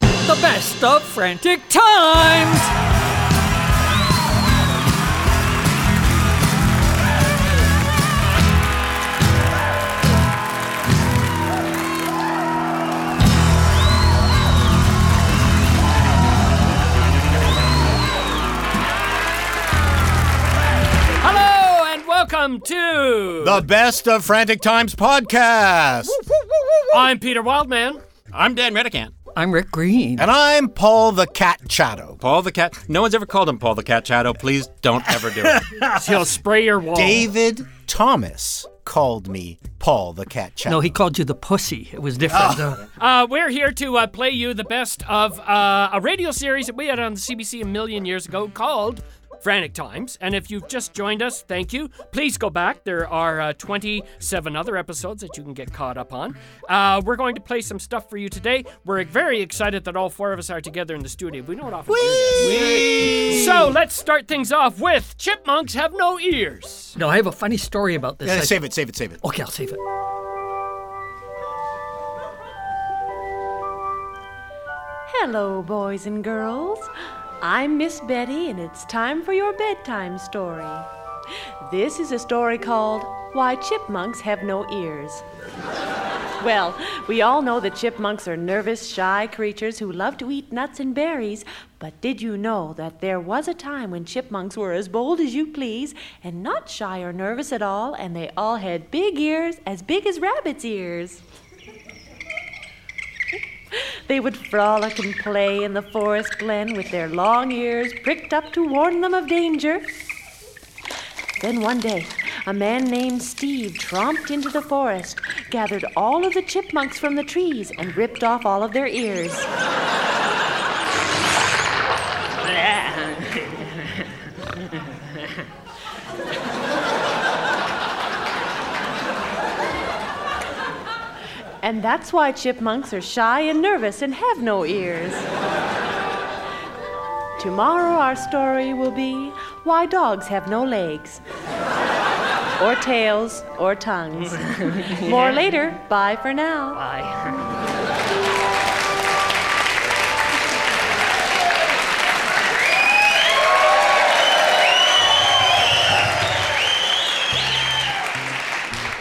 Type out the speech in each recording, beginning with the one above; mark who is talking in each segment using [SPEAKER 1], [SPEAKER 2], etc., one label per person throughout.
[SPEAKER 1] The best of frantic times! Hello and welcome to.
[SPEAKER 2] The Best of Frantic Times podcast.
[SPEAKER 1] I'm Peter Wildman.
[SPEAKER 3] I'm Dan Redicant.
[SPEAKER 4] I'm Rick Green.
[SPEAKER 2] And I'm Paul the Cat Chatto.
[SPEAKER 3] Paul the Cat. No one's ever called him Paul the Cat Shadow. Please don't ever do it.
[SPEAKER 1] He'll spray your wall.
[SPEAKER 2] David Thomas called me Paul the Cat Ah. Chatto.
[SPEAKER 4] No, he called you the pussy. It was different.
[SPEAKER 1] Uh, we're here to uh, play you the best of uh, a radio series that we had on the CBC a million years ago called Frantic Times. And if you've just joined us, thank you. Please go back. There are uh, 27 other episodes that you can get caught up on. Uh, we're going to play some stuff for you today. We're very excited that all four of us are together in the studio. We don't often do this. So let's start things off with Chipmunks Have No Ears.
[SPEAKER 4] no, I have a funny story about this.
[SPEAKER 2] Yeah,
[SPEAKER 4] I-
[SPEAKER 2] save it, save it, save it.
[SPEAKER 4] Okay, I'll save it.
[SPEAKER 5] Hello, boys and girls. I'm Miss Betty, and it's time for your bedtime story. This is a story called Why Chipmunks Have No Ears. Well, we all know that chipmunks are nervous, shy creatures who love to eat nuts and berries, but did you know that there was a time when chipmunks were as bold as you please and not shy or nervous at all, and they all had big ears as big as rabbits' ears? They would frolic and play in the forest glen with their long ears pricked up to warn them of danger. Then one day, a man named Steve tromped into the forest, gathered all of the chipmunks from the trees, and ripped off all of their ears. And that's why chipmunks are shy and nervous and have no ears. Tomorrow, our story will be why dogs have no legs, or tails, or tongues. More later. Bye for now.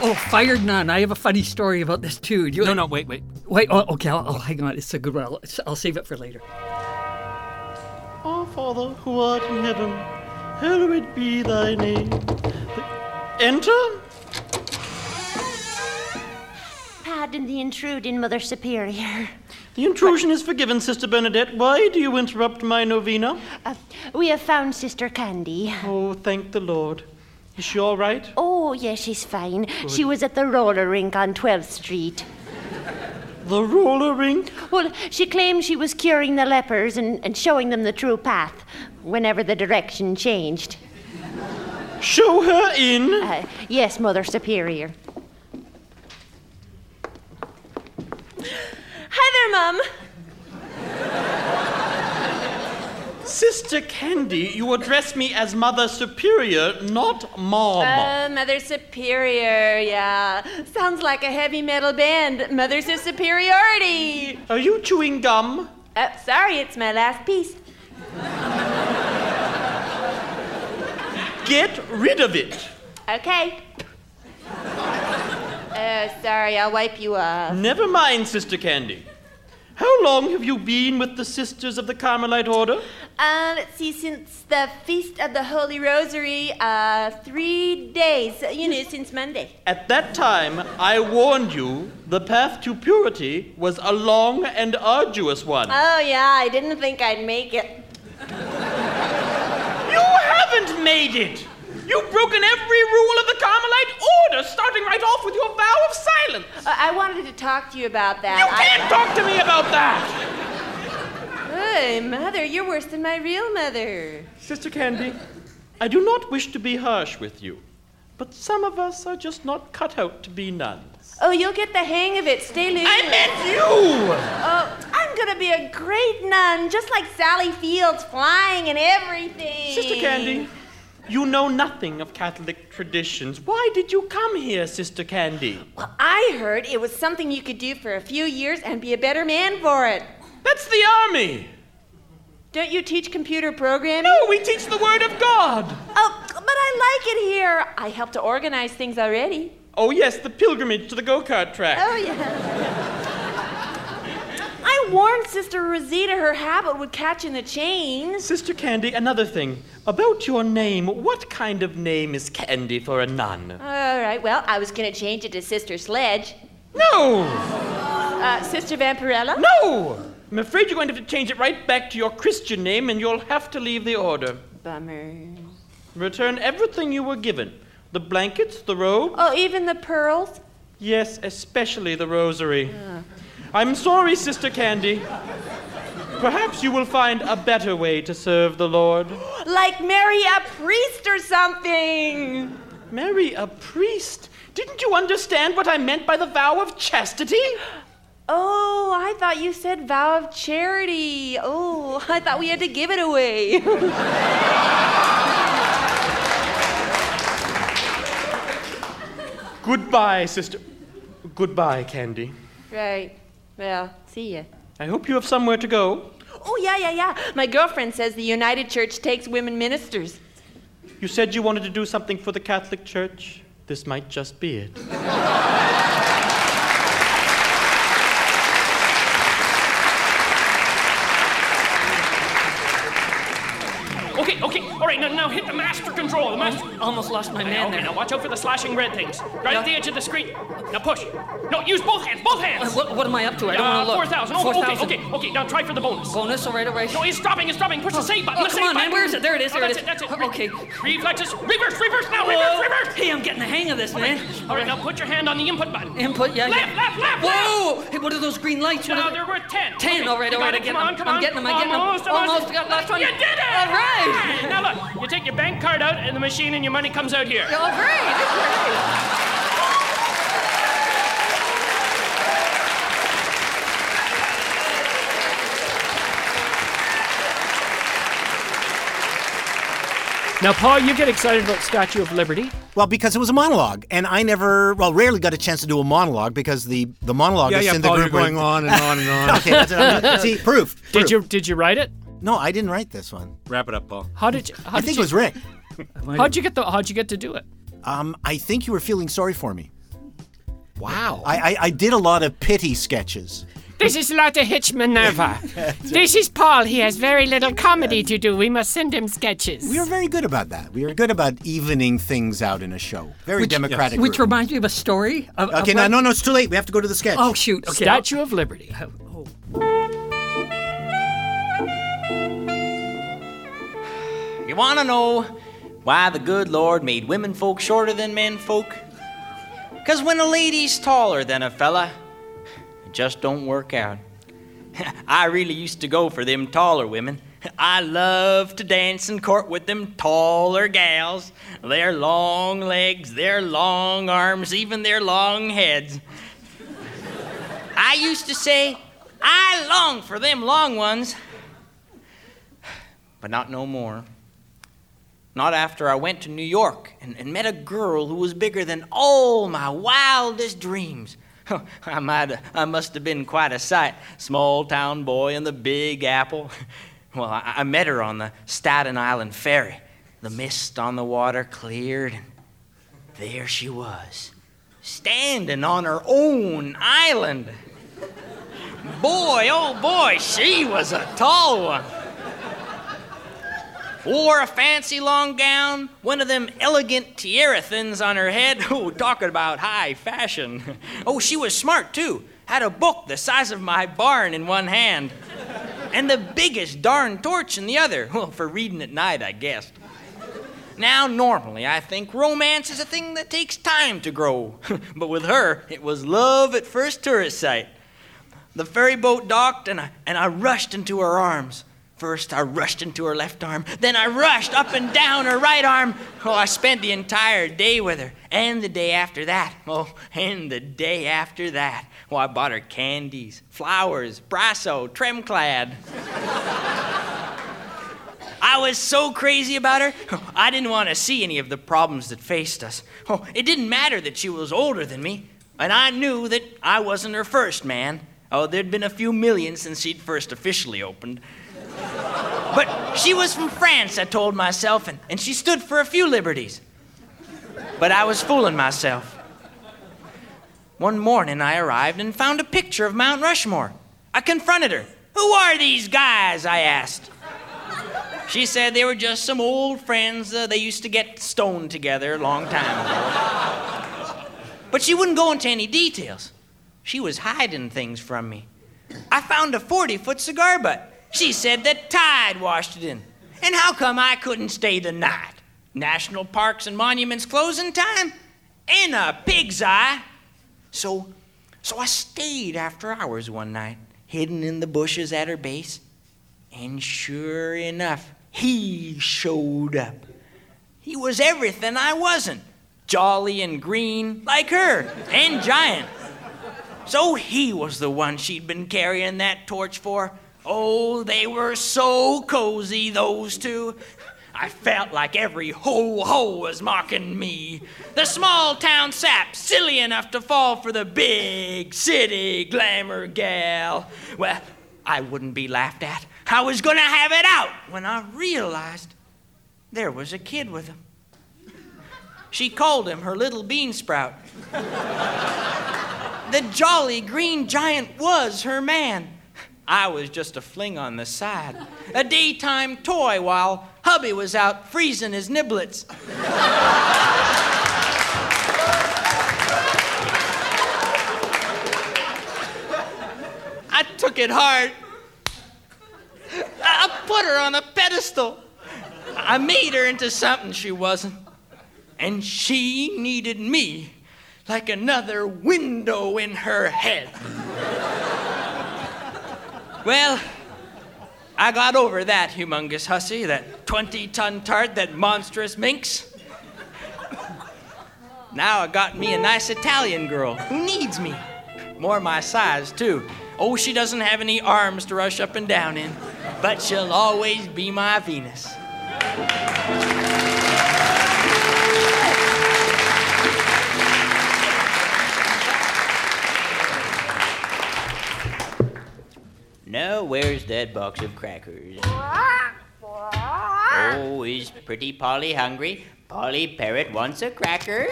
[SPEAKER 4] Oh, fired none. I have a funny story about this too. Do you
[SPEAKER 3] No, no, wait, wait.
[SPEAKER 4] Wait. Oh, okay. I'll, I'll hang on. It's a good one. I'll, I'll save it for later.
[SPEAKER 6] Our Father who art in heaven, hallowed be thy name. Enter?
[SPEAKER 7] Pardon the intruding, Mother Superior.
[SPEAKER 6] The intrusion is forgiven, Sister Bernadette. Why do you interrupt my novena?
[SPEAKER 7] Uh, we have found Sister Candy.
[SPEAKER 6] Oh, thank the Lord. Is she all right?
[SPEAKER 7] Oh, yes, she's fine. She was at the roller rink on 12th Street.
[SPEAKER 6] The roller rink?
[SPEAKER 7] Well, she claimed she was curing the lepers and, and showing them the true path whenever the direction changed.
[SPEAKER 6] Show her in.
[SPEAKER 7] Uh, yes, Mother Superior.
[SPEAKER 5] Hi there, Mum.
[SPEAKER 6] Sister Candy, you address me as Mother Superior, not Mom.
[SPEAKER 5] Uh, Mother Superior, yeah. Sounds like a heavy metal band. Mothers of Superiority.
[SPEAKER 6] Are you chewing gum?
[SPEAKER 5] Uh, sorry, it's my last piece.
[SPEAKER 6] Get rid of it.
[SPEAKER 5] Okay. Uh, sorry, I'll wipe you off.
[SPEAKER 6] Never mind, Sister Candy. How long have you been with the Sisters of the Carmelite Order?
[SPEAKER 5] Uh, let's see, since the Feast of the Holy Rosary, uh, three days, you know, since Monday.
[SPEAKER 6] At that time, I warned you the path to purity was a long and arduous one.
[SPEAKER 5] Oh, yeah, I didn't think I'd make it.
[SPEAKER 6] you haven't made it! You've broken every rule of the Carmelite order, starting right off with your vow of silence!
[SPEAKER 5] Uh, I wanted to talk to you about that.
[SPEAKER 6] You
[SPEAKER 5] I-
[SPEAKER 6] can't talk to me about that!
[SPEAKER 8] Hey, mother, you're worse than my real mother.
[SPEAKER 6] Sister Candy, I do not wish to be harsh with you, but some of us are just not cut out to be nuns.
[SPEAKER 8] Oh, you'll get the hang of it. Stay loose.
[SPEAKER 6] I meant you!
[SPEAKER 8] Oh,
[SPEAKER 5] I'm gonna be a great nun, just like Sally Fields, flying and everything.
[SPEAKER 6] Sister Candy, you know nothing of Catholic traditions. Why did you come here, Sister Candy?
[SPEAKER 8] well, I heard it was something you could do for a few years and be a better man for it.
[SPEAKER 6] That's the me.
[SPEAKER 5] Don't you teach computer programming?
[SPEAKER 6] No, we teach the Word of God.
[SPEAKER 5] Oh, but I like it here. I help to organize things already.
[SPEAKER 6] Oh, yes, the pilgrimage to the go kart track.
[SPEAKER 5] Oh, yeah. I warned Sister Rosita her habit would catch in the chains.
[SPEAKER 6] Sister Candy, another thing. About your name, what kind of name is Candy for a nun?
[SPEAKER 5] All right, well, I was going to change it to Sister Sledge.
[SPEAKER 6] No!
[SPEAKER 5] Uh, Sister Vampirella?
[SPEAKER 6] No! I'm afraid you're going to have to change it right back to your Christian name and you'll have to leave the order.
[SPEAKER 5] Bummer.
[SPEAKER 6] Return everything you were given the blankets, the robe,
[SPEAKER 5] Oh, even the pearls?
[SPEAKER 6] yes, especially the rosary. I'm sorry, Sister Candy. Perhaps you will find a better way to serve the Lord.
[SPEAKER 5] Like marry a priest or something.
[SPEAKER 6] Marry a priest? Didn't you understand what I meant by the vow of chastity?
[SPEAKER 5] Oh, I thought you said vow of charity. Oh, I thought we had to give it away.
[SPEAKER 6] Goodbye, Sister. Goodbye, Candy.
[SPEAKER 5] right. Well, see ya.
[SPEAKER 6] I hope you have somewhere to go.
[SPEAKER 5] Oh, yeah, yeah, yeah. My girlfriend says the United Church takes women ministers.
[SPEAKER 6] You said you wanted to do something for the Catholic Church. This might just be it.
[SPEAKER 1] Okay, okay, all right, now, now hit the master control. The master.
[SPEAKER 4] Mm, Almost lost my
[SPEAKER 1] Okay,
[SPEAKER 4] man there.
[SPEAKER 1] now watch out for the slashing red things. Right at the edge of the screen. Now push. No, use both hands, both
[SPEAKER 4] Uh,
[SPEAKER 1] hands.
[SPEAKER 4] What, what am I up to? I don't
[SPEAKER 1] Uh,
[SPEAKER 4] want to look.
[SPEAKER 1] 4,000. Oh, okay, okay, okay. Now try for the bonus.
[SPEAKER 4] Bonus, all right, all right.
[SPEAKER 1] No, it's dropping, it's dropping. Push the save button.
[SPEAKER 4] oh,
[SPEAKER 1] the
[SPEAKER 4] come
[SPEAKER 1] save
[SPEAKER 4] on, man,
[SPEAKER 1] button.
[SPEAKER 4] where is it? There it is,
[SPEAKER 1] Oh,
[SPEAKER 4] there it
[SPEAKER 1] that's
[SPEAKER 4] is.
[SPEAKER 1] That's it.
[SPEAKER 4] Oh, okay.
[SPEAKER 1] Reflexes. Reverse, reverse now.
[SPEAKER 4] Whoa.
[SPEAKER 1] Reverse, reverse.
[SPEAKER 4] Hey, I'm getting the hang of this, man.
[SPEAKER 1] All right, now put your hand on the input button.
[SPEAKER 4] Input, yeah.
[SPEAKER 1] Left,
[SPEAKER 4] yeah.
[SPEAKER 1] left, left,
[SPEAKER 4] Whoa! Hey, what are those green lights? What
[SPEAKER 1] Now
[SPEAKER 4] are they-
[SPEAKER 1] they're worth 10.
[SPEAKER 4] 10,
[SPEAKER 1] Okay,
[SPEAKER 4] all right,
[SPEAKER 1] you
[SPEAKER 4] all
[SPEAKER 1] got
[SPEAKER 4] right,
[SPEAKER 1] it.
[SPEAKER 4] I get
[SPEAKER 1] Come
[SPEAKER 4] them.
[SPEAKER 1] on, come
[SPEAKER 4] I'm
[SPEAKER 1] on.
[SPEAKER 4] getting them, I'm getting them.
[SPEAKER 1] Almost,
[SPEAKER 4] Almost, got last one.
[SPEAKER 1] You did it!
[SPEAKER 4] All right.
[SPEAKER 1] Hey, Now look, you take your bank card out and the machine and your money comes out here.
[SPEAKER 4] All right.
[SPEAKER 1] Now, Paul, you get excited about Statue of Liberty.
[SPEAKER 2] Well, because it was a monologue, and I never, well, rarely got a chance to do a monologue because the the monologue
[SPEAKER 3] Yeah,
[SPEAKER 2] is
[SPEAKER 3] yeah,
[SPEAKER 2] in
[SPEAKER 3] Paul,
[SPEAKER 2] the
[SPEAKER 3] you're
[SPEAKER 2] group where-
[SPEAKER 3] going on and on and on.
[SPEAKER 2] Okay, that's it. see, proof.
[SPEAKER 1] Did
[SPEAKER 2] proof.
[SPEAKER 1] you did you write it?
[SPEAKER 2] No, I didn't write this one.
[SPEAKER 3] Wrap it up, Paul.
[SPEAKER 1] How did you? How
[SPEAKER 2] I
[SPEAKER 1] did
[SPEAKER 2] think
[SPEAKER 1] you,
[SPEAKER 2] it was Rick.
[SPEAKER 1] How'd you get the? How'd you get to do it?
[SPEAKER 2] Um, I think you were feeling sorry for me.
[SPEAKER 3] Wow.
[SPEAKER 2] I, I, I did a lot of pity sketches.
[SPEAKER 1] This is Lotta Hitch Minerva. this is Paul. He has very little comedy to do. We must send him sketches.
[SPEAKER 2] We were very good about that. We were good about evening things out in a show. Very democratic.
[SPEAKER 4] Which
[SPEAKER 2] group.
[SPEAKER 4] reminds me of a story. Of,
[SPEAKER 2] Okay,
[SPEAKER 4] of
[SPEAKER 2] no,
[SPEAKER 4] when-
[SPEAKER 2] no, no, it's too late. We have to go to the sketch.
[SPEAKER 4] Oh shoot. Okay.
[SPEAKER 1] Statue of Liberty.
[SPEAKER 9] You want to know why the good Lord made women folk shorter than men folk? Because when a lady's taller than a fella, it just don't work out. I really used to go for them taller women. I love to dance and court with them taller gals. Their long legs, their long arms, even their long heads. I used to say, I long for them long ones, but not no more. Not after I went to New York and, and met a girl who was bigger than all my wildest dreams. I, might, I must have been quite a sight, small town boy in the Big Apple. Well, I, I met her on the Staten Island ferry. The mist on the water cleared, and there she was, standing on her own island. Boy, oh boy, she was a tall one wore a fancy long gown, one of them elegant tiara thins on her head. Oh, talking about high fashion. Oh, she was smart too. Had a book the size of my barn in one hand, and the biggest darn torch in the other. Well, for reading at night, I guessed. Now, normally, I think romance is a thing that takes time to grow, but with her, it was love at first tourist sight. The ferry boat docked, and I, and I rushed into her arms. First, I rushed into her left arm, then I rushed up and down her right arm. Oh, I spent the entire day with her, and the day after that. Oh, and the day after that. Oh, I bought her candies, flowers, brasso, tremclad. I was so crazy about her, I didn't want to see any of the problems that faced us. Oh, it didn't matter that she was older than me, and I knew that I wasn't her first man, Oh, there'd been a few million since she'd first officially opened. But she was from France, I told myself, and, and she stood for a few liberties. But I was fooling myself. One morning I arrived and found a picture of Mount Rushmore. I confronted her. Who are these guys? I asked. She said they were just some old friends. Uh, they used to get stoned together a long time ago. But she wouldn't go into any details. She was hiding things from me. I found a 40 foot cigar butt. She said the tide washed it in. And how come I couldn't stay the night? National parks and monuments close in time? In a pig's eye. So, so I stayed after hours one night, hidden in the bushes at her base. And sure enough, he showed up. He was everything I wasn't jolly and green, like her, and giant. So he was the one she'd been carrying that torch for. Oh, they were so cozy, those two. I felt like every ho ho was mocking me. The small town sap, silly enough to fall for the big city glamour gal. Well, I wouldn't be laughed at. I was gonna have it out when I realized there was a kid with him. She called him her little bean sprout. the jolly green giant was her man. I was just a fling on the side, a daytime toy while hubby was out freezing his niblets. I took it hard. I I put her on a pedestal. I made her into something she wasn't. And she needed me like another window in her head. Well, I got over that humongous hussy, that 20 ton tart, that monstrous minx. Now I got me a nice Italian girl who needs me. More my size, too. Oh, she doesn't have any arms to rush up and down in, but she'll always be my Venus. Now, where's that box of crackers? Oh, is pretty Polly hungry? Polly Parrot wants a cracker.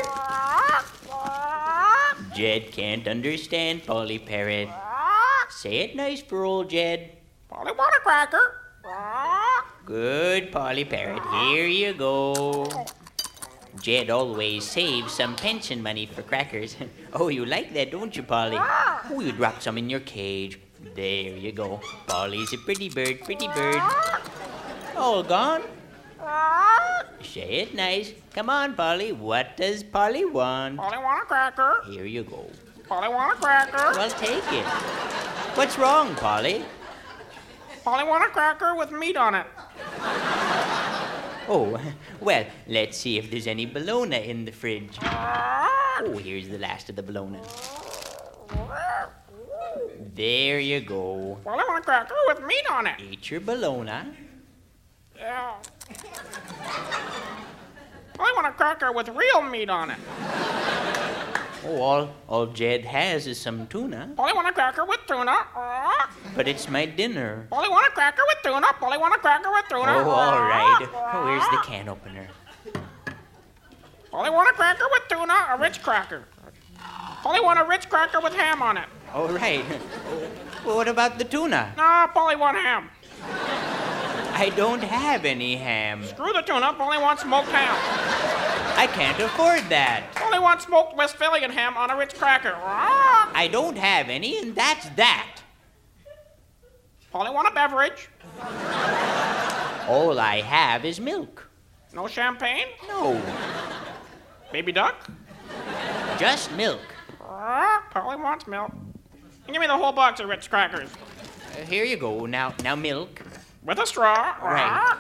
[SPEAKER 9] Jed can't understand Polly Parrot. Say it nice for old Jed. Polly want a cracker. Good, Polly Parrot. Here you go. Jed always saves some pension money for crackers. oh, you like that, don't you, Polly? Oh, you dropped some in your cage. There you go. Polly's a pretty bird, pretty bird. All gone? Say it nice. Come on, Polly. What does Polly want? Polly want a cracker. Here you go. Polly want a cracker. Well, take it. What's wrong, Polly?
[SPEAKER 10] Polly want a cracker with meat on it.
[SPEAKER 9] Oh, well, let's see if there's any bologna in the fridge. Oh, here's the last of the bologna. There you go.
[SPEAKER 10] Polly want a cracker with meat on it.
[SPEAKER 9] Eat your bologna.
[SPEAKER 10] Polly want a cracker with real meat on it.
[SPEAKER 9] Oh, all, all Jed has is some tuna,
[SPEAKER 10] Polly want a cracker with tuna.
[SPEAKER 9] but it's my dinner.
[SPEAKER 10] Polly want a cracker with tuna. Polly want a cracker with tuna.
[SPEAKER 9] Oh, all right. Oh, where's the can opener?
[SPEAKER 10] Polly want a cracker with tuna, a rich cracker. Polly want a rich cracker with ham on it.
[SPEAKER 9] All right. Well, what about the tuna?
[SPEAKER 10] No, Polly want ham.
[SPEAKER 9] I don't have any ham.
[SPEAKER 10] Screw the tuna. Polly wants smoked ham.
[SPEAKER 9] I can't afford that.
[SPEAKER 10] Polly wants smoked Westphalian ham on a rich cracker.
[SPEAKER 9] I don't have any, and that's that.
[SPEAKER 10] Polly want a beverage.
[SPEAKER 9] All I have is milk.
[SPEAKER 10] No champagne.
[SPEAKER 9] No,
[SPEAKER 10] Baby duck.
[SPEAKER 9] just milk.
[SPEAKER 10] Polly wants milk. Give me the whole box of Ritz crackers.
[SPEAKER 9] Uh, here you go. Now, now milk.
[SPEAKER 10] With a straw.
[SPEAKER 9] Right.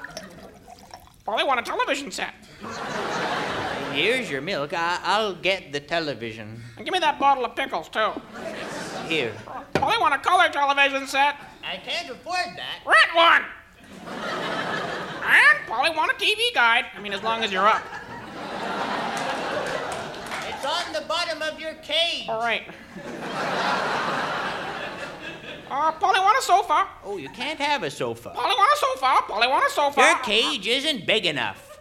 [SPEAKER 10] Polly want a television set.
[SPEAKER 9] Here's your milk. I- I'll get the television.
[SPEAKER 10] And give me that bottle of pickles, too.
[SPEAKER 9] Here.
[SPEAKER 10] Polly Oh, want a color television set.
[SPEAKER 9] I can't afford that.
[SPEAKER 10] Rent one! and Polly want a TV guide. I mean, as long as you're up.
[SPEAKER 9] It's on the bottom of your cage.
[SPEAKER 10] All right.
[SPEAKER 11] Uh, Polly want a sofa. Oh, you can't have a sofa. Polly want a sofa. Polly want a sofa. Your cage isn't big enough.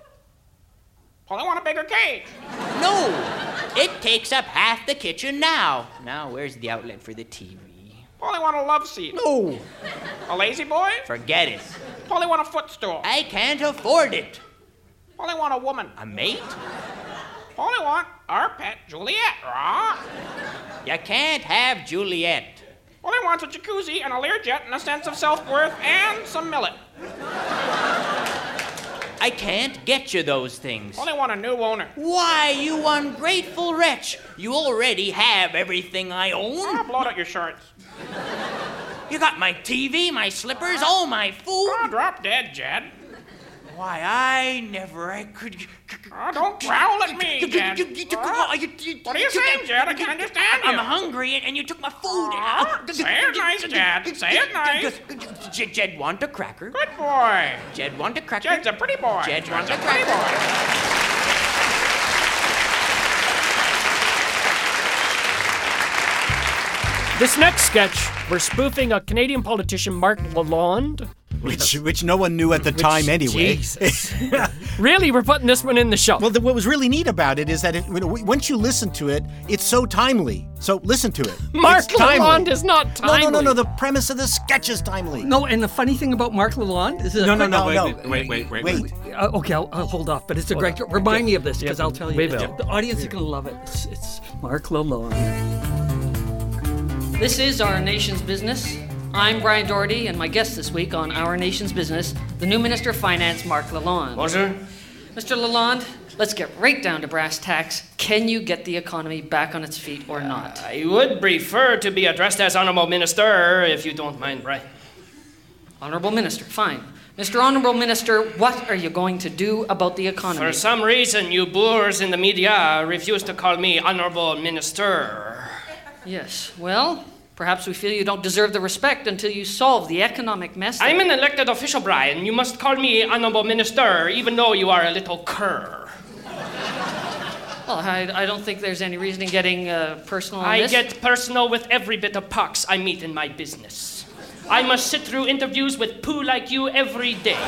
[SPEAKER 11] Polly want a bigger cage. No, it takes up half the kitchen now. Now, where's the outlet for the TV?
[SPEAKER 10] Polly want a love seat.
[SPEAKER 11] No,
[SPEAKER 10] A lazy boy?
[SPEAKER 11] forget it.
[SPEAKER 10] Polly want a footstool.
[SPEAKER 11] I can't afford it.
[SPEAKER 10] Polly want a woman.
[SPEAKER 11] A mate?
[SPEAKER 10] Polly want our pet Juliet. Rah.
[SPEAKER 11] You can't have Juliet.
[SPEAKER 10] Polly wants a jacuzzi and a Learjet and a sense of self-worth and some millet.
[SPEAKER 11] I can't get you those things.
[SPEAKER 10] Polly want a new owner.
[SPEAKER 11] Why, you ungrateful wretch! You already have everything I
[SPEAKER 10] Ah,
[SPEAKER 11] own.
[SPEAKER 10] blot out your shorts.
[SPEAKER 11] You got my TV, my slippers, all my
[SPEAKER 10] Ah,
[SPEAKER 11] food.
[SPEAKER 10] drop dead, Jed.
[SPEAKER 11] Why, I never I could.
[SPEAKER 10] Ah, don't growl at me, Jed. Ah,
[SPEAKER 11] What
[SPEAKER 10] What are you saying, Jed? I can't understand you.
[SPEAKER 11] I'm hungry and, and you took my food.
[SPEAKER 10] Ah, say it nice, Jed. Say it nice.
[SPEAKER 11] Jed, Jed want a cracker.
[SPEAKER 10] Good boy.
[SPEAKER 11] Jed want a cracker.
[SPEAKER 10] Jed's a pretty boy.
[SPEAKER 11] Jed want a
[SPEAKER 10] Jed's a pretty
[SPEAKER 11] cracker.
[SPEAKER 10] boy.
[SPEAKER 12] This next sketch, we're spoofing a Canadian politician, Mark Lalonde.
[SPEAKER 2] which which no one knew at the time anyway.
[SPEAKER 12] Jesus. really, we're putting this one in the show.
[SPEAKER 2] Well, the, what was really neat about it is that it, when- once you listen to it, it's so timely. So listen to it.
[SPEAKER 12] Mark
[SPEAKER 2] It's timely.
[SPEAKER 12] Lalonde is not timely.
[SPEAKER 2] No, no, no, no. The premise of the sketch is timely.
[SPEAKER 4] No, and the funny thing about Mark Lalonde is
[SPEAKER 2] no, no, no,
[SPEAKER 3] wait,
[SPEAKER 2] no.
[SPEAKER 3] wait, wait, wait, wait,
[SPEAKER 2] Wait.
[SPEAKER 3] wait.
[SPEAKER 4] Uh, okay, I'll, I'll hold off, but it's a great. Remind me of this because
[SPEAKER 12] yeah,
[SPEAKER 4] I'll tell you.
[SPEAKER 12] we
[SPEAKER 4] the,
[SPEAKER 12] will.
[SPEAKER 4] the audience is going to love it. It's, it's Mark Lalonde.
[SPEAKER 13] This is Our Nation's Business. I'm Brian Doherty, and my guest this week on Our Nation's Business, the new Minister of Finance, Mark Lalonde.
[SPEAKER 11] Bonjour.
[SPEAKER 13] Mr. Lalonde, let's get right down to brass tacks. Can you get the economy back on its feet or not?
[SPEAKER 1] I would prefer to be addressed as Honorable Minister, if you don't mind, Brian.
[SPEAKER 13] Honorable Minister, fine. Mr. Honorable Minister, what are you going to do about the economy?
[SPEAKER 1] For some reason, you boors in the media refuse to call me Honorable Minister.
[SPEAKER 13] Yes, well, perhaps we feel you don't deserve the respect until you solve the economic mess. that-
[SPEAKER 1] I'm an elected official, Brian. You must call me Honorable Minister, even though you are a little cur.
[SPEAKER 13] Well, I, I don't think there's any reason in getting uh, personal on
[SPEAKER 1] I
[SPEAKER 13] this.
[SPEAKER 1] get personal with every bit of pox I meet in my business. I must sit through interviews with poo like you every day.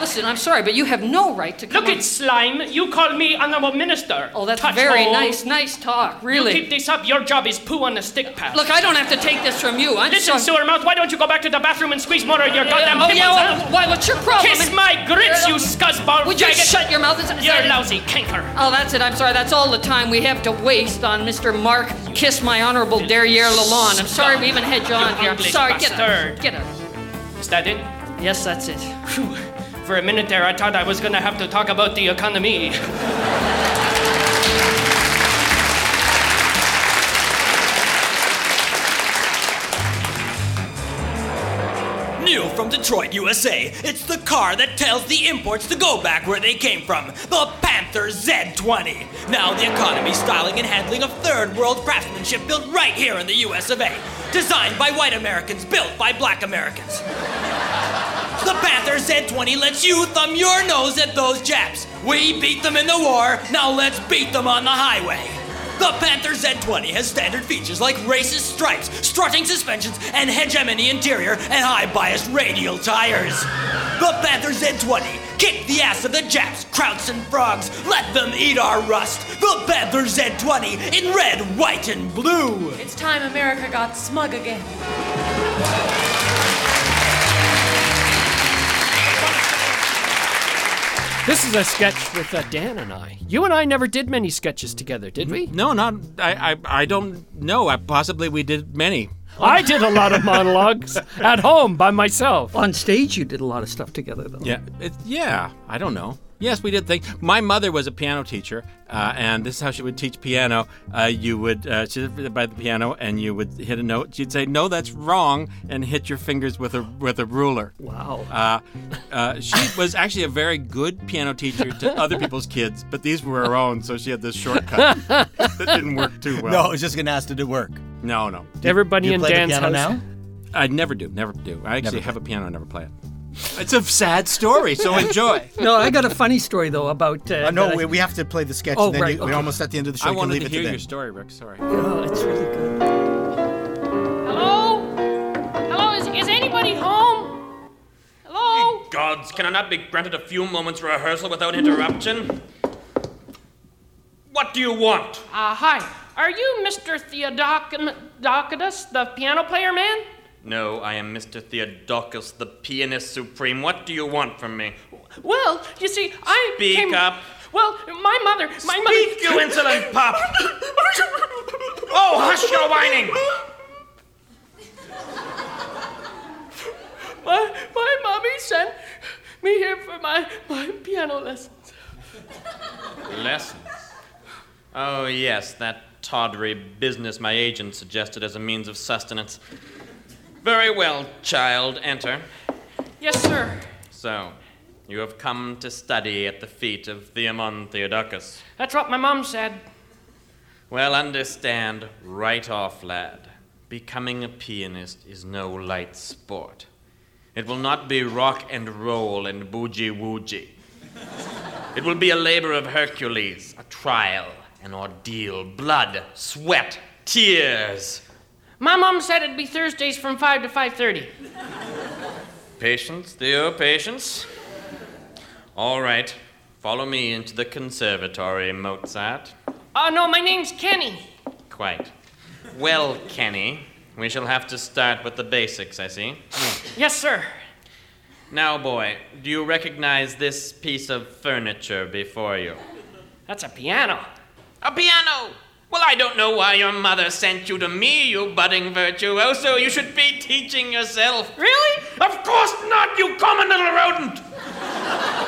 [SPEAKER 13] Listen, I'm sorry, but you have no right to come
[SPEAKER 1] Look
[SPEAKER 13] on-
[SPEAKER 1] at slime. You call me Honorable Minister.
[SPEAKER 13] Oh, that's
[SPEAKER 1] Touch
[SPEAKER 13] very
[SPEAKER 1] hole.
[SPEAKER 13] nice, nice talk, really.
[SPEAKER 1] You keep this up, your job is poo on a stick pal.
[SPEAKER 13] Look, I don't have to take this from you. I'm
[SPEAKER 1] Listen,
[SPEAKER 13] sorry.
[SPEAKER 1] sewer mouth, why don't you go back to the bathroom and squeeze more of your goddamn
[SPEAKER 13] oh,
[SPEAKER 1] pimples,
[SPEAKER 13] yeah, well,
[SPEAKER 1] huh?
[SPEAKER 13] why, what's your problem?
[SPEAKER 1] Kiss my grits, you scuzzball
[SPEAKER 13] Would you
[SPEAKER 1] faggot.
[SPEAKER 13] shut your mouth? Is- is
[SPEAKER 1] You're
[SPEAKER 13] that-
[SPEAKER 1] a lousy canker.
[SPEAKER 13] Oh, that's it. I'm sorry. That's all the time we have to waste on Mr. Mark Kiss My Honorable Derriere Lalonde. I'm sorry we even had you on
[SPEAKER 1] You
[SPEAKER 13] here. I'm
[SPEAKER 1] ugly
[SPEAKER 13] sorry.
[SPEAKER 1] bastard.
[SPEAKER 13] Get up. Get up.
[SPEAKER 1] Is that it?
[SPEAKER 13] Yes, that's it.
[SPEAKER 1] Phew. For a minute there, I thought I was gonna have to talk about the economy.
[SPEAKER 11] New from Detroit, USA. It's the car that tells the imports to go back where they came from. The Panther Z20. Now the economy, styling, and handling of third world craftsmanship built right here in the US of A. Designed by white Americans, built by black Americans. The Panther Z20 lets you thumb your nose at those Japs. We beat them in the war, now let's beat them on the highway. The Panther Z20 has standard features like racist stripes, strutting suspensions, and hegemony interior and high biased radial tires. The Panther Z20 kicked the ass of the Japs, Krauts, and frogs. Let them eat our rust. The Panther Z20 in red, white, and blue.
[SPEAKER 14] It's time America got smug again.
[SPEAKER 12] This is a sketch with uh, Dan and I. You and I never did many sketches together, did we?
[SPEAKER 3] No, not. I, I, I don't know. I, possibly we did many.
[SPEAKER 12] I did a lot of monologues at home by myself.
[SPEAKER 4] On stage, you did a lot of stuff together, though.
[SPEAKER 3] Yeah. It, yeah. I don't know. Yes, we did things. My mother was a piano teacher, uh, and this is how she would teach piano. Uh, you would uh, sit by the piano, and you would hit a note. She'd say, "No, that's wrong," and hit your fingers with a with a ruler.
[SPEAKER 4] Wow.
[SPEAKER 3] Uh, uh, she was actually a very good piano teacher to other people's kids, but these were her own, so she had this shortcut that didn't work too well.
[SPEAKER 2] No, I was just gonna ask did it work?
[SPEAKER 3] No, no.
[SPEAKER 12] Everybody
[SPEAKER 2] you
[SPEAKER 12] in
[SPEAKER 2] play the
[SPEAKER 12] Dan's
[SPEAKER 2] piano
[SPEAKER 12] house.
[SPEAKER 2] now?
[SPEAKER 3] I never do, never do. I actually have a piano, I never play it. It's a sad story, so enjoy.
[SPEAKER 4] no, I got a funny story though about. Uh,
[SPEAKER 2] Uh, no,
[SPEAKER 4] that
[SPEAKER 2] we,
[SPEAKER 4] I-
[SPEAKER 2] we have to play the sketch.
[SPEAKER 4] Oh,
[SPEAKER 2] and then
[SPEAKER 4] right,
[SPEAKER 2] you, We're
[SPEAKER 4] okay.
[SPEAKER 2] almost at the end of the show.
[SPEAKER 3] I
[SPEAKER 2] you can
[SPEAKER 3] wanted
[SPEAKER 2] leave
[SPEAKER 3] to
[SPEAKER 2] it to
[SPEAKER 3] hear
[SPEAKER 2] them.
[SPEAKER 3] your story, Rick. Sorry.
[SPEAKER 4] Oh, it's really good.
[SPEAKER 13] Hello?
[SPEAKER 15] gods, can I not be granted a few moments rehearsal without interruption? What do you want?
[SPEAKER 12] Uh, hi. Are you Mr. Theodocadus, the piano player man?
[SPEAKER 15] No, I am Mr. Theodocus, the pianist supreme. What do you want from me?
[SPEAKER 12] Well, you see, I
[SPEAKER 15] Speak
[SPEAKER 12] came-
[SPEAKER 15] up.
[SPEAKER 12] Well, my mother, my mother.
[SPEAKER 15] Speak, you insolent pup! Oh, hush your whining!
[SPEAKER 12] My, my mommy sent me here for my, my piano lessons.
[SPEAKER 15] Lessons. Oh, yes, that tawdry business my agent suggested as a means of sustenance. Very well, child, enter.
[SPEAKER 12] Yes, sir.
[SPEAKER 15] So, you have come to study at the feet of Theomon Theodocus.
[SPEAKER 12] That's what my mom said.
[SPEAKER 15] Well, understand right off, lad. Becoming a pianist is no light sport. It will not be rock and roll and bougie woogie. It will be a labor of Hercules, a trial, an ordeal, blood, sweat, tears.
[SPEAKER 12] My mom said it'd be Thursdays from 5 to 5.30.
[SPEAKER 15] Patience, Theo, patience. All right, follow me into the conservatory, Mozart.
[SPEAKER 12] Oh, no, my name's Kenny.
[SPEAKER 15] Quite. Well, Kenny, we shall have to start with the basics, I see.
[SPEAKER 12] Yes, sir.
[SPEAKER 15] Now, boy, do you recognize this piece of furniture before you?
[SPEAKER 12] That's a piano.
[SPEAKER 15] A piano! Well, I don't know why your mother sent you to me, you budding virtuoso. You should be teaching yourself.
[SPEAKER 12] Really?
[SPEAKER 15] Of course not, you common little rodent!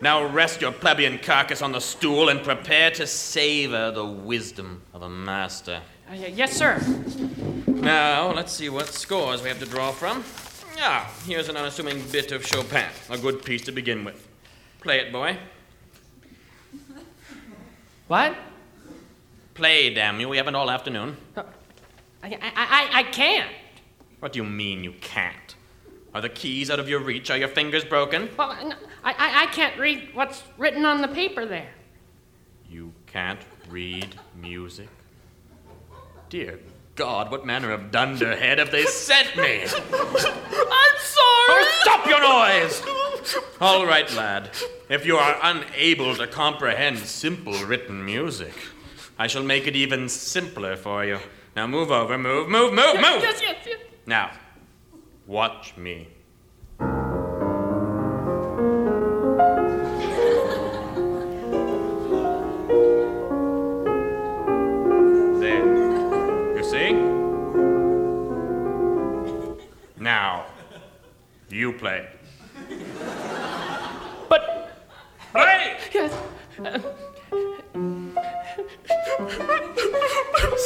[SPEAKER 15] now rest your plebeian carcass on the stool and prepare to savor the wisdom of a master.
[SPEAKER 12] Uh, y- yes, sir.
[SPEAKER 15] Now, let's see what scores we have to draw from. Ah, here's an unassuming bit of Chopin, a good piece to begin with. Play it, boy.
[SPEAKER 12] What?
[SPEAKER 15] Play, damn you. We haven't all afternoon.
[SPEAKER 12] I, I, I, I can't.
[SPEAKER 15] What do you mean you can't? Are the keys out of your reach? Are your fingers broken?
[SPEAKER 12] Well, n- I, I, I can't read what's written on the paper there.
[SPEAKER 15] You can't read music? Dear God, what manner of dunderhead have they sent me?
[SPEAKER 12] I'm sorry.
[SPEAKER 15] Stop your noise! All right, lad. If you are unable to comprehend simple written music, I shall make it even simpler for you. Now move over, move, move, move,
[SPEAKER 12] Yes,
[SPEAKER 15] move!
[SPEAKER 12] Yes, yes, yes.
[SPEAKER 15] Now, watch me. There. You see? Now, you play. Play!
[SPEAKER 12] Yes.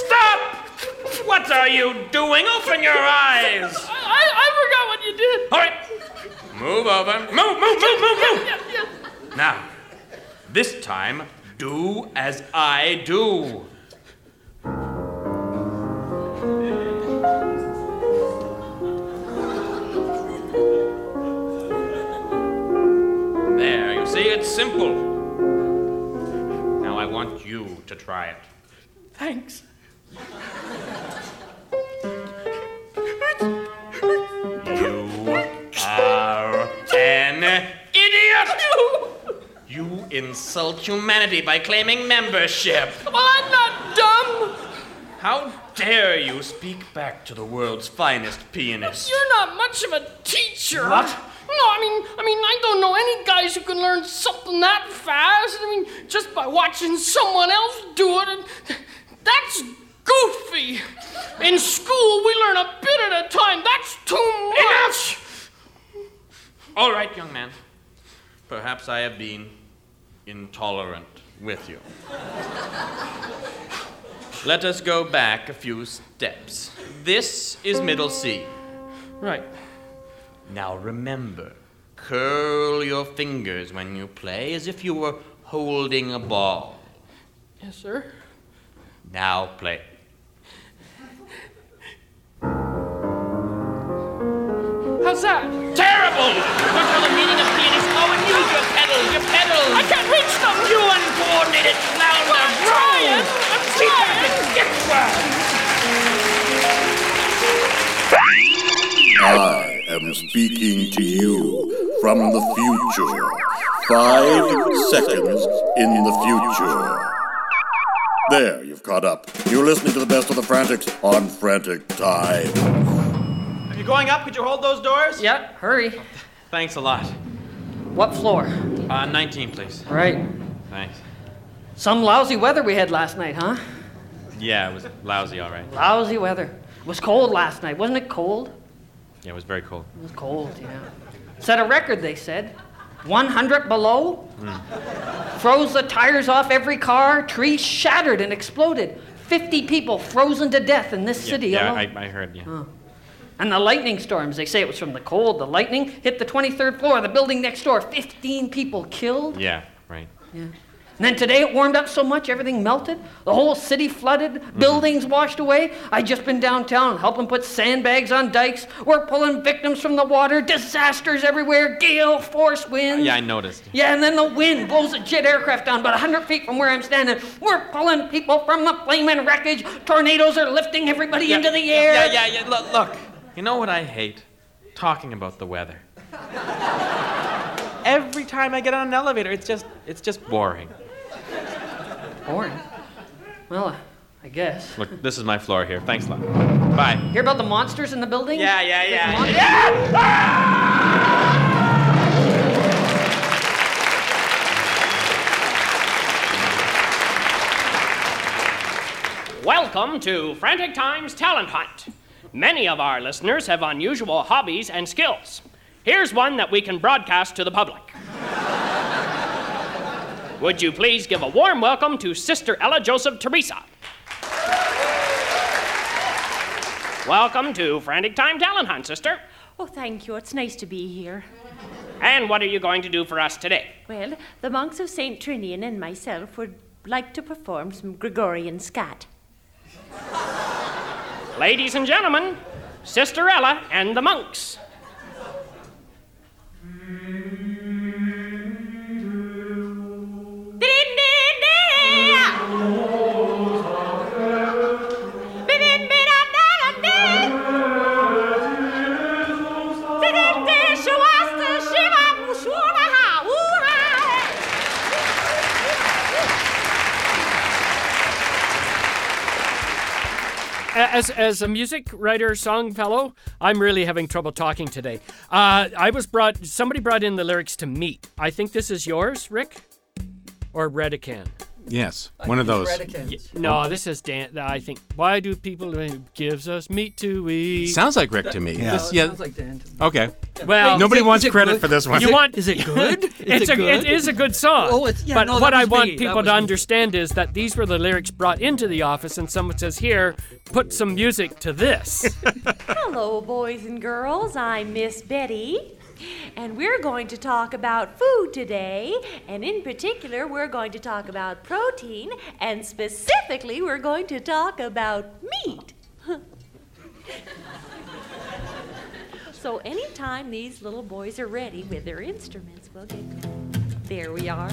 [SPEAKER 15] Stop! What are you doing? Open your eyes!
[SPEAKER 12] I, I, I forgot what you did.
[SPEAKER 15] All right. Move over. Move, move, move, move, move!
[SPEAKER 12] Yes, yes.
[SPEAKER 15] Now, this time, do as I do. There, you see, it's simple. Now I want you to try it.
[SPEAKER 12] Thanks.
[SPEAKER 15] You are an idiot! You insult humanity by claiming membership.
[SPEAKER 12] Well, I'm not dumb.
[SPEAKER 15] How dare you speak back to the world's finest pianist?
[SPEAKER 12] You're not much of a teacher.
[SPEAKER 15] What?
[SPEAKER 12] No, I mean, I mean, I don't know any guys who can learn something that fast. I mean, just by watching someone else do it, and that's goofy. In school, we learn a bit at a time. That's too much.
[SPEAKER 15] All right, young man. Perhaps I have been intolerant with you. Let us go back a few steps. This is middle C.
[SPEAKER 12] Right.
[SPEAKER 15] Now remember, curl your fingers when you play as if you were holding a ball.
[SPEAKER 12] Yes, sir.
[SPEAKER 15] Now play.
[SPEAKER 12] How's that?
[SPEAKER 15] Terrible! Don't tell the meaning of pianist. Oh, and use your pedals, your pedals.
[SPEAKER 12] I can't reach them.
[SPEAKER 15] You uncoordinated clown
[SPEAKER 12] Well, I'm
[SPEAKER 15] of
[SPEAKER 12] trying. I'm trying.
[SPEAKER 15] Get one.
[SPEAKER 16] I am speaking to you from the future. Five seconds in the future. There, you've caught up. You're listening to the best of the Frantics on Frantic Time.
[SPEAKER 17] Are you going up? Could you hold those doors?
[SPEAKER 13] Yep, hurry.
[SPEAKER 17] Thanks a lot.
[SPEAKER 13] What floor?
[SPEAKER 17] Uh, 19, please.
[SPEAKER 13] Right.
[SPEAKER 15] Thanks.
[SPEAKER 13] Some lousy weather we had last night, huh?
[SPEAKER 15] Yeah, it was lousy, all right.
[SPEAKER 13] Lousy weather. It was cold last night, wasn't it cold?
[SPEAKER 15] Yeah, it was very cold.
[SPEAKER 13] It was cold, yeah. Set a record, they said. 100 below.
[SPEAKER 15] Hmm,
[SPEAKER 13] Froze the tires off every car. Trees shattered and exploded. 50 people frozen to death in this city
[SPEAKER 15] yeah,
[SPEAKER 13] alone.
[SPEAKER 15] I, I heard you.
[SPEAKER 13] Oh. And the lightning storms, they say it was from the cold. The lightning hit the 23rd floor of the building next door. 15 people killed.
[SPEAKER 15] Yeah, right.
[SPEAKER 13] Yeah. And then today it warmed up so much, everything melted. The whole city flooded,
[SPEAKER 15] Mm-hmm.
[SPEAKER 13] buildings washed away. I'd just been downtown helping put sandbags on dikes. We're pulling victims from the water, disasters everywhere, gale force winds.
[SPEAKER 15] Yeah, I noticed.
[SPEAKER 13] Yeah, and then the wind blows a jet aircraft down about 100 feet from where I'm standing. We're pulling people from the flaming wreckage. Tornadoes are lifting everybody
[SPEAKER 15] Yeah,
[SPEAKER 13] into the air.
[SPEAKER 15] Yeah, yeah, yeah. Look, look, you know what I hate? Talking about the weather.
[SPEAKER 17] Every time I get on an elevator, it's just, it's just
[SPEAKER 15] Boring.
[SPEAKER 13] Boring. Well, I guess.
[SPEAKER 15] Look, this is my floor here. Thanks a lot. Bye.
[SPEAKER 13] Hear about the monsters in the building? Yeah, yeah, yeah.
[SPEAKER 1] Welcome to Frantic Times Talent Hunt. Many of our listeners have unusual hobbies and skills. Here's one that we can broadcast to the public. Would you please give a warm welcome to Sister Ella Joseph Teresa? Welcome to Frantic Time Talent Hunt, Sister.
[SPEAKER 5] Oh, thank you. It's nice to be here.
[SPEAKER 1] And what are you going to do for us today?
[SPEAKER 5] Well, the monks of St. Trinian and myself would like to perform some Gregorian scat.
[SPEAKER 1] Ladies and gentlemen, Sister Ella and the monks. As, as a music writer, song fellow, I'm really having trouble talking today. Uh, I was brought, somebody brought in the lyrics to Meat. I think this is yours, Rick? Or Redican?
[SPEAKER 3] Yes, one of those.
[SPEAKER 1] No, this is Dan. I think, why do people, it gives us meat to eat?
[SPEAKER 3] Sounds like Rick to me.
[SPEAKER 1] Yeah.
[SPEAKER 4] Oh,
[SPEAKER 3] This-
[SPEAKER 1] No, it
[SPEAKER 3] yeah.
[SPEAKER 1] sounds like
[SPEAKER 4] Dan
[SPEAKER 3] Okay.
[SPEAKER 1] Well,
[SPEAKER 3] nobody
[SPEAKER 1] Is it-
[SPEAKER 3] wants
[SPEAKER 1] is it
[SPEAKER 3] credit
[SPEAKER 1] good?
[SPEAKER 3] for this one.
[SPEAKER 1] You want?
[SPEAKER 4] is it good? Is it
[SPEAKER 1] it's a,
[SPEAKER 4] good?
[SPEAKER 1] It is a good song.
[SPEAKER 4] Oh, it's- yeah,
[SPEAKER 1] But
[SPEAKER 4] no, that
[SPEAKER 1] what I
[SPEAKER 4] was
[SPEAKER 1] want
[SPEAKER 4] me, that
[SPEAKER 1] people
[SPEAKER 4] was
[SPEAKER 1] to
[SPEAKER 4] me.
[SPEAKER 1] understand is that these were the lyrics brought into the office, and someone says, "Here, put some music to this."
[SPEAKER 14] Hello, boys and girls. I'm Miss Betty. And we're going to talk about food today. And in particular, we're going to talk about protein. And specifically, we're going to talk about meat. so, anytime these little boys are ready with their instruments, we'll get going. There we are.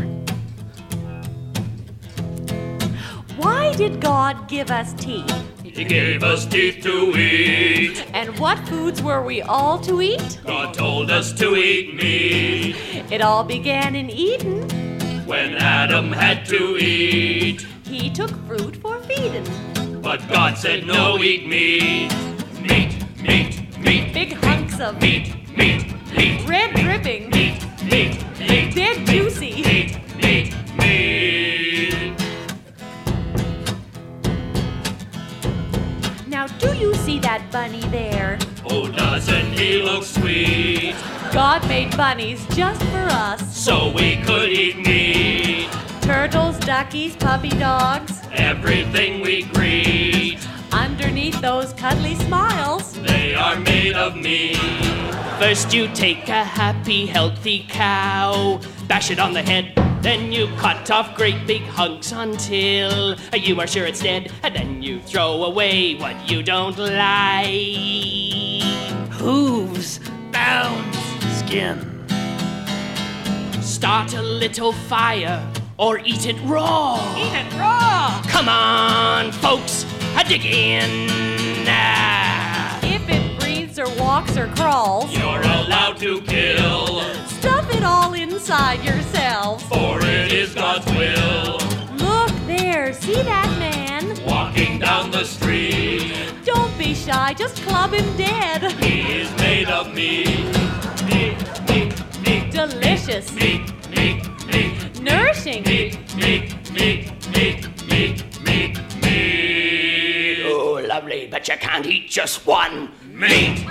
[SPEAKER 14] Why did God give us teeth?
[SPEAKER 18] He gave us teeth to eat.
[SPEAKER 14] And what foods were we all to eat?
[SPEAKER 18] God told us to eat meat
[SPEAKER 14] It all began in Eden.
[SPEAKER 18] when Adam had to eat.
[SPEAKER 14] He took fruit for feeding.
[SPEAKER 18] But God said, no, eat meat. Meat, meat, meat.
[SPEAKER 14] Big hunks of
[SPEAKER 18] meat, meat, meat.
[SPEAKER 14] Red dripping.
[SPEAKER 18] Meat, meat, meat.
[SPEAKER 14] Big juicy.
[SPEAKER 18] Meat, meat, meat.
[SPEAKER 14] Now, do you see that bunny there?
[SPEAKER 18] Oh, doesn't he look sweet?
[SPEAKER 14] God made bunnies just for us.
[SPEAKER 18] So we could eat meat.
[SPEAKER 14] Turtles, duckies, puppy dogs.
[SPEAKER 18] Everything we greet,
[SPEAKER 14] Underneath those cuddly smiles.
[SPEAKER 18] they are made of meat.
[SPEAKER 1] First, you take a happy, healthy cow, bash it on the head. Then you cut off great big hunks until you are sure it's dead. And then you throw away what you don't like. Hooves, bones, skin. Start a little fire or eat it raw. Eat it raw! Come on, folks, dig in.
[SPEAKER 14] If it breathes or walks or crawls.
[SPEAKER 18] You're allowed to kill,
[SPEAKER 14] Stuff it all inside yourselves.
[SPEAKER 1] Oh.
[SPEAKER 18] for it is God's will.
[SPEAKER 14] Look there, see that man?
[SPEAKER 18] Walking down the street,
[SPEAKER 14] Don't be shy, just club him dead.
[SPEAKER 18] he is made of meat.
[SPEAKER 14] Delicious.
[SPEAKER 18] Meat, meat, meat,
[SPEAKER 14] Nourishing.
[SPEAKER 18] meat, meat, meat, meat, meat, meat.
[SPEAKER 19] Oh, lovely, but you can't eat just one.
[SPEAKER 18] Meat.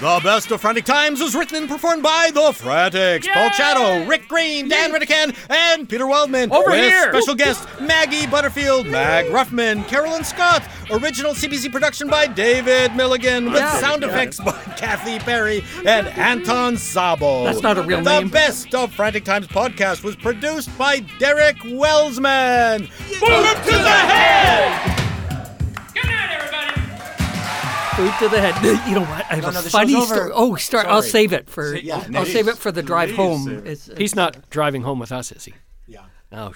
[SPEAKER 20] The best of Frantic Times was written and performed by the Frantics. Paul Chatto, Rick Green, Dan Riddican, and Peter Wildman.
[SPEAKER 1] Over
[SPEAKER 20] with
[SPEAKER 1] here.
[SPEAKER 20] Special guest Maggie Butterfield, Mag Ruffman, Carolyn Scott. Original CBC production by David Milligan with
[SPEAKER 1] Yeah.
[SPEAKER 20] sound
[SPEAKER 1] Yeah.
[SPEAKER 20] effects by Kathy Perry and Anton Zabo.
[SPEAKER 4] That's not a real
[SPEAKER 20] the
[SPEAKER 4] name.
[SPEAKER 20] The best of Frantic Times podcast was produced by Derek Wellsman. Boot to the head!
[SPEAKER 4] Food to the head. You know what? I have
[SPEAKER 20] No,
[SPEAKER 4] a
[SPEAKER 20] no, the show's
[SPEAKER 4] funny
[SPEAKER 20] over.
[SPEAKER 4] story. Oh, start. I'll
[SPEAKER 1] Sorry.
[SPEAKER 4] save it for.
[SPEAKER 1] Sa- yeah,
[SPEAKER 4] I'll
[SPEAKER 1] please.
[SPEAKER 4] save it for the drive
[SPEAKER 1] Please
[SPEAKER 4] home.
[SPEAKER 1] save it.
[SPEAKER 4] It's-
[SPEAKER 1] He's not driving home with us, is he? Yeah. Oh,